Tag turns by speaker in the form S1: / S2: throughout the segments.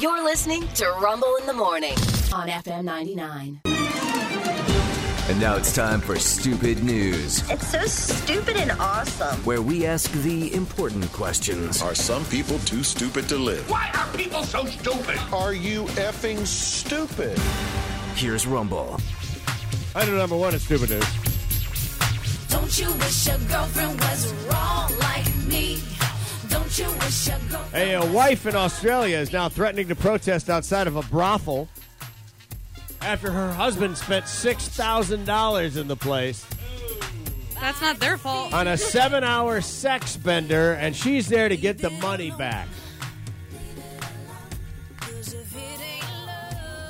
S1: You're listening to Rumble in the Morning on FM 99.
S2: And now it's time for Stupid News,
S3: It's so stupid and awesome.
S2: where we ask the important questions.
S4: Are some people too stupid to live?
S5: Why are people so stupid?
S6: Are you effing stupid?
S2: Here's Rumble.
S7: Item number one is stupid news.
S8: Don't you wish your girlfriend was wrong like me? Don't you wish your girlfriend?
S7: A, uh, wife in Australia is now threatening to protest outside of a brothel after her husband spent $6,000 in the place
S9: That's not their fault.
S7: on a seven hour sex bender, and she's there to get the money back.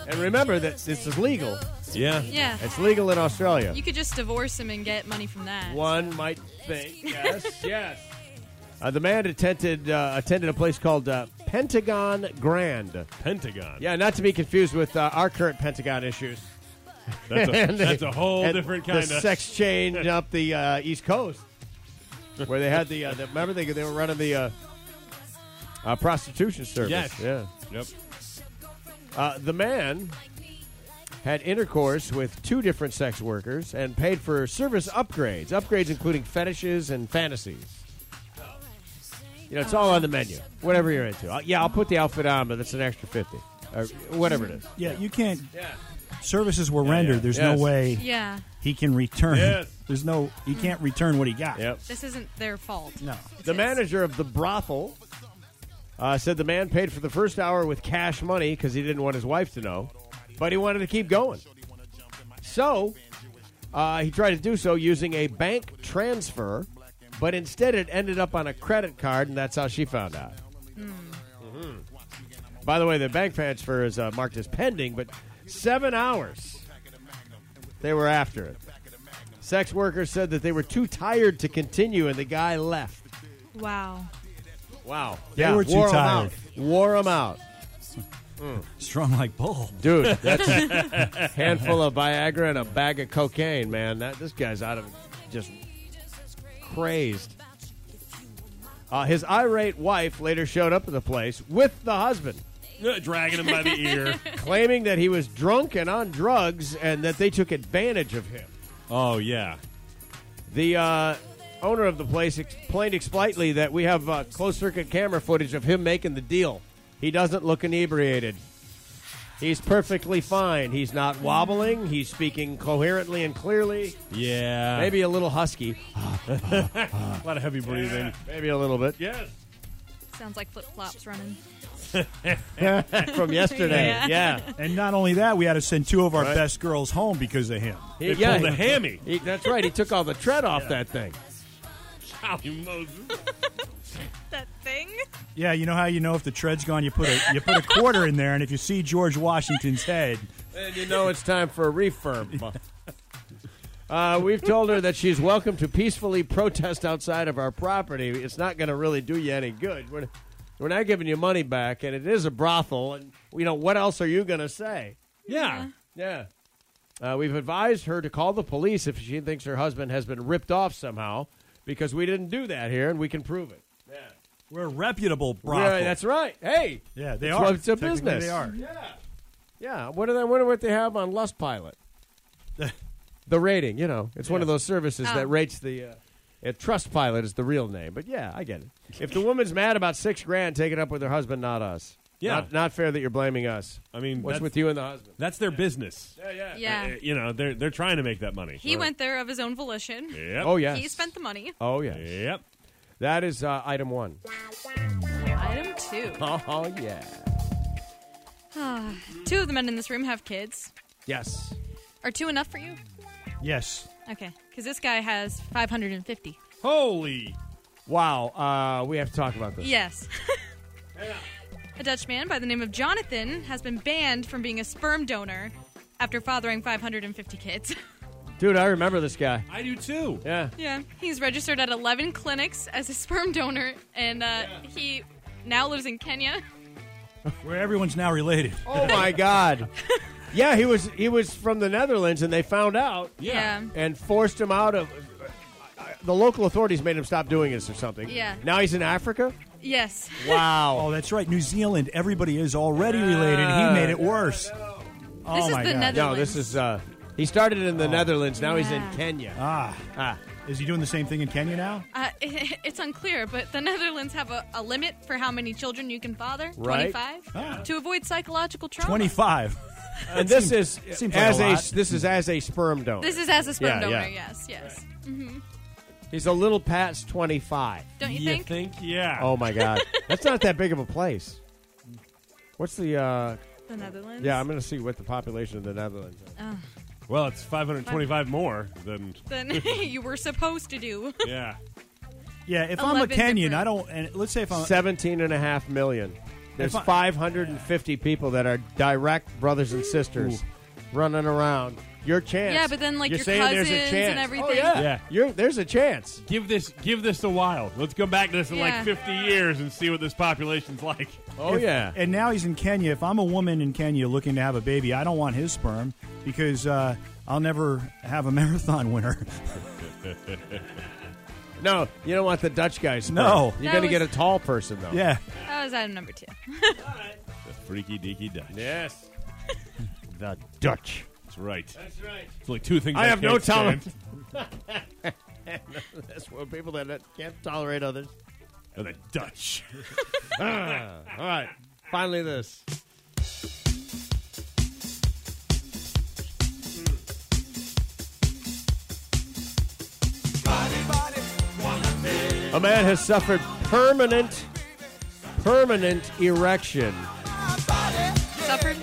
S7: And remember that this is legal.
S10: Yeah.
S9: Yeah.
S7: It's legal in Australia.
S9: You could just divorce him and get money from that.
S7: One might think. Yes, yes. Uh, the man attended, uh, attended a place called uh, Pentagon Grand.
S10: Pentagon.
S7: Yeah, not to be confused with uh, our current Pentagon issues.
S10: That's a,
S7: And the-
S10: that's a whole
S7: and
S10: different
S7: the
S10: kind of
S7: sex change up the uh, East Coast, where they had the, uh, the remember they, they were running the uh, uh, prostitution service.
S10: Yes.
S7: Yeah.
S10: Yep.
S7: Uh, the man had intercourse with two different sex workers and paid for service upgrades. Upgrades including fetishes and fantasies. You know, it's all on the menu. Whatever you're into. Uh, yeah, I'll put the outfit on, but that's an extra fifty, or whatever it is.
S11: Yeah, you can't. Services were
S10: yeah.
S11: rendered. There's
S7: Yes.
S11: no way
S9: Yeah.
S11: he can return.
S10: Yes.
S11: There's no. You can't return what he got.
S7: Yep.
S9: This isn't their fault.
S11: No.
S7: The manager of the brothel uh, said the man paid for the first hour with cash money because he didn't want his wife to know, but he wanted to keep going. So uh, he tried to do so using a bank transfer, but instead it ended up on a credit card, and that's how she found out. Mhm. By the way, the bank transfer is uh, marked as pending, but seven hours they were after it. Sex workers said that they were too tired to continue, and the guy left.
S9: Wow.
S7: Wow.
S11: were too
S7: wore 'em
S11: tired.
S7: out. Wore them out.
S11: Strong like bull.
S7: Dude, that's a handful of Viagra and a bag of cocaine, man. That This guy's out of just crazed. Uh, his irate wife later showed up at the place with the husband,
S10: dragging him by the ear.
S7: claiming that he was drunk and on drugs and that they took advantage of him.
S10: Oh yeah.
S7: The uh, owner of the place explained explicitly that we have uh, closed circuit camera footage of him making the deal. He doesn't look inebriated. He's perfectly fine. He's not wobbling. He's speaking coherently and clearly.
S10: Yeah.
S7: Maybe a little husky.
S10: a lot of heavy breathing.
S7: Maybe a little bit.
S10: Yes.
S9: Sounds like flip flops running.
S7: From yesterday.
S9: Yeah.
S7: Yeah.
S11: And not only that, we had to send two of our best girls home because of him.
S7: He-
S10: They
S7: yeah,
S10: pulled a
S7: he-
S10: hammy.
S7: he- that's right. He took all the tread off that thing.
S10: Holy Moses.
S9: That thing?
S11: Yeah, you know how you know if the tread's gone, you put a you put a quarter in there, and if you see George Washington's head,
S7: And you know it's time for a refurb. Uh, we've told her that she's welcome to peacefully protest outside of our property. It's not going to really do you any good. We're, we're not giving you money back, and it is a brothel. And you know what else are you going to say?
S10: Yeah.
S7: Yeah. Uh, we've advised her to call the police if she thinks her husband has been ripped off somehow, because we didn't do that here, and we can prove it.
S11: we're a reputable brothel.
S7: Yeah, that's right. Hey,
S11: Yeah, they
S7: That's
S11: are.
S7: why it's a
S11: Technically,
S7: business.
S11: They are.
S7: yeah. What do they? I wonder what they have on Lust Pilot. the rating, you know, it's one of those services
S9: Oh.
S7: that rates the. Uh, uh, Trust Pilot is the real name, but yeah, I get it. If the woman's mad about six grand, take it up with her husband, not us.
S10: Yeah.
S7: not, not fair that you're blaming us.
S10: I mean,
S7: What's
S10: that's-
S7: with you and the husband?
S10: That's their business.
S9: Yeah.
S10: Uh, you know, they're they're trying to make that money.
S9: He went there of his own volition.
S10: Yep.
S7: Oh uh, yes.
S9: He spent the money.
S7: oh yes.
S10: Yep.
S7: That is uh, item one.
S9: Item two.
S7: Oh yeah.
S9: Two of the men in this room have kids.
S7: Yes.
S9: Are two enough for you?
S11: Yes.
S9: Okay. Because this guy has 550.
S10: Holy.
S7: Wow. Uh, we have to talk about this.
S9: Yes. a Dutch man by the name of Jonathan has been banned from being a sperm donor after fathering 550 kids.
S7: Dude, I remember this guy.
S10: I do too.
S7: Yeah.
S9: Yeah, he's registered at 11 clinics as a sperm donor, and uh, he now lives in Kenya.
S11: Where everyone's now related.
S7: Oh my God. Yeah, he was he was from the Netherlands, and they found out
S9: Yeah.
S7: and forced him out of. The local authorities made him stop doing this or something.
S9: Yeah.
S7: Now he's in Africa.
S9: Yeah, Yes.
S7: Wow.
S11: oh, that's right. New Zealand. Everybody is already related. He made it worse. Oh
S9: This is
S11: my
S9: the
S11: God.
S7: No, this
S9: Netherlands.
S7: is. Uh, he started in
S11: Oh.
S7: the Netherlands. Now he's in
S9: Yeah.
S7: Kenya.
S11: Ah,
S7: Ah.
S11: is he doing the same thing in Kenya now?
S9: Uh, it's unclear, but the Netherlands have a, a limit for how many children you can father.
S7: Right.
S9: 25?
S11: Ah.
S9: To avoid psychological trauma.
S11: Twenty-five.
S7: and this is
S11: seems like
S7: as
S11: a
S7: a,
S11: lot.
S7: this is as a sperm donor.
S9: This is as a sperm
S7: Yeah,
S9: donor,
S7: yeah.
S9: yes, yes.
S7: he's a little past twenty five.
S9: Don't you,
S10: You
S9: think?
S10: Yeah.
S7: Oh my god, that's not that big of a place. What's the? Uh,
S9: The Netherlands?
S7: yeah, I'm going to see what the population of the Netherlands. Is.
S10: Well, it's 525 more than.
S9: Than you were supposed to do.
S10: Yeah.
S11: Yeah, if I'm a
S9: 11
S11: Kenyan,
S9: different-
S11: I don't. And let's say if I'm
S7: Seventeen and a half million. There's
S11: If I-
S7: 550 people that are direct brothers and sisters running around. Your chance.
S9: Yeah, but then, like,
S7: You're
S9: your
S7: saying there's a
S9: cousins and
S7: chance. Oh,
S9: everything.
S7: yeah.
S10: Yeah.
S7: You're, there's a chance.
S10: Give this give this a while. Let's go back to this in like
S9: Yeah.
S10: 50 years and see what this population's like.
S7: Oh, yeah.
S11: And now he's in Kenya. If I'm a woman in Kenya looking to have a baby, I don't want his sperm because uh, I'll never have a marathon winner.
S7: No, you don't want the Dutch guys.
S11: No.
S9: That
S7: You're going to
S9: was-
S7: get a tall person, though.
S11: yeah.
S9: That was item number two.
S10: The freaky deaky Dutch. Yes.
S7: The Dutch.
S10: That's right. That's right. It's like two things.
S7: I have no
S10: can't stand.
S7: talent. That's for people that can't tolerate others.
S10: And the Dutch.
S7: All right. Finally, this. A man has suffered permanent, permanent erection.
S9: Suffered?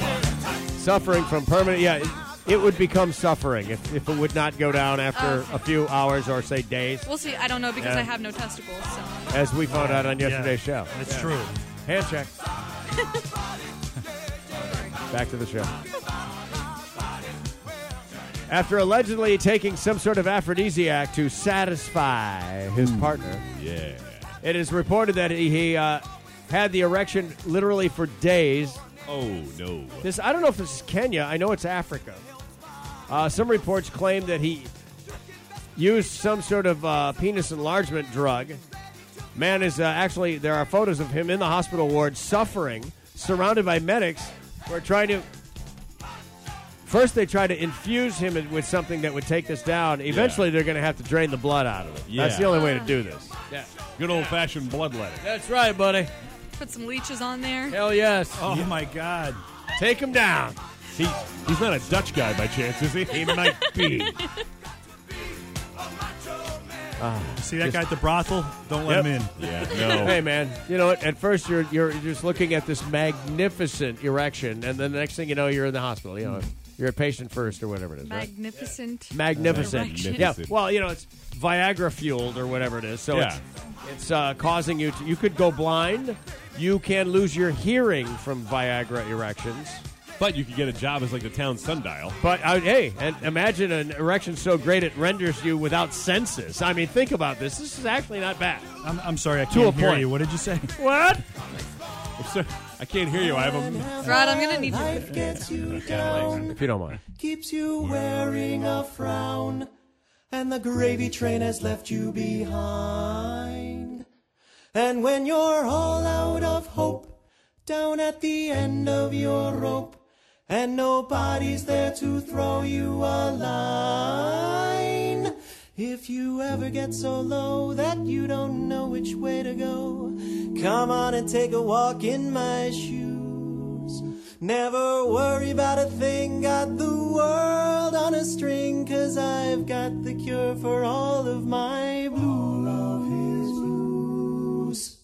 S7: suffering from permanent. Yeah, it, it would become suffering if, if it would not go down after a few hours or say days,
S9: We'll see. I don't know because
S7: Yeah.
S9: I have no testicles, so.
S7: as we found out on yesterday's
S11: Yeah.
S7: show.
S11: That's true.
S7: Hand check. Back to the show. After allegedly taking some sort of aphrodisiac to satisfy his partner,
S10: yeah.
S7: it is reported that he, he uh, had the erection literally for days
S10: Oh no.
S7: This I don't know if this is Kenya. I know it's Africa. Uh, some reports claim that he used some sort of uh, penis enlargement drug. Man is uh, actually there are photos of him in the hospital ward suffering, surrounded by medics who are trying to. First, they try to infuse him in- with something that would take this down. Eventually, they're going to have to drain the blood out of it. That's
S10: Yeah.
S7: the only way to do this. Yeah.
S10: Good old fashioned bloodletting.
S7: That's right, buddy.
S9: Put some leeches on there.
S7: Hell yes.
S11: Oh my God.
S7: Take him down.
S10: He, he's not a Dutch guy by chance, is he? He might be.
S11: See that guy at the brothel? Don't let
S7: Yep.
S11: him in.
S10: yeah. No.
S7: Hey man, you know what? At first you're you're just looking at this magnificent erection, and then the next thing you know, you're in the hospital. You know, you're a patient first or whatever it is. Right?
S9: Magnificent.
S7: Magnificent.
S9: Erection.
S7: Yeah. Well, you know, it's Viagra fueled or whatever it is. So
S10: Yeah.
S7: it's it's uh, causing you to you could go blind. You can lose your hearing from Viagra erections.
S10: But you could get a job as like the town sundial.
S7: But uh, hey, and imagine an erection so great it renders you without senses. I mean, think about this. This is actually not bad.
S11: I'm, I'm sorry, I can't
S7: a
S11: hear
S7: point.
S11: you. What did you say?
S7: What?
S10: I'm sorry, I can't hear you. I have a.
S9: Rod, I'm going to need you.
S7: If you don't mind.
S12: keeps you wearing a frown, and the gravy train has left you behind. And when you're all out of hope, down at the end of your rope, and nobody's there to throw you a line. If you ever get so low that you don't know which way to go, come on and take a walk in my shoes. Never worry about a thing, got the world on a string, cause I've got the cure for all of my blues. of his blues.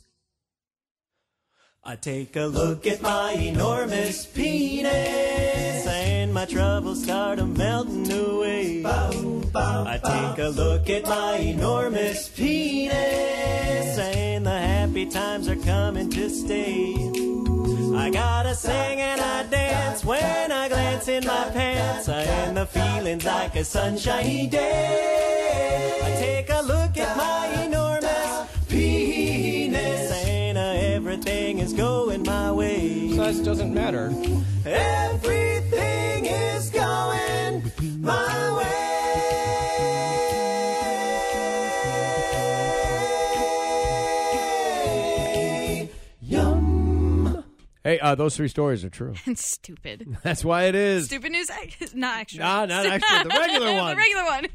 S12: I take a look at my enormous penis, and my troubles start a melting away. I take a look at my enormous penis, and the happy times are coming to stay. I gotta sing and I dance when I glance in my pants. I am the feelings like a sunshiny day. I take a look at my enormous penis, and uh, everything is going my way.
S7: Size doesn't matter.
S12: Everything is going my way.
S7: way, uh, those three stories are true.
S9: And stupid.
S7: That's why it is.
S9: Stupid news, ex- not extra.
S7: Nah, not extra. The regular
S9: The
S7: one.
S9: regular one.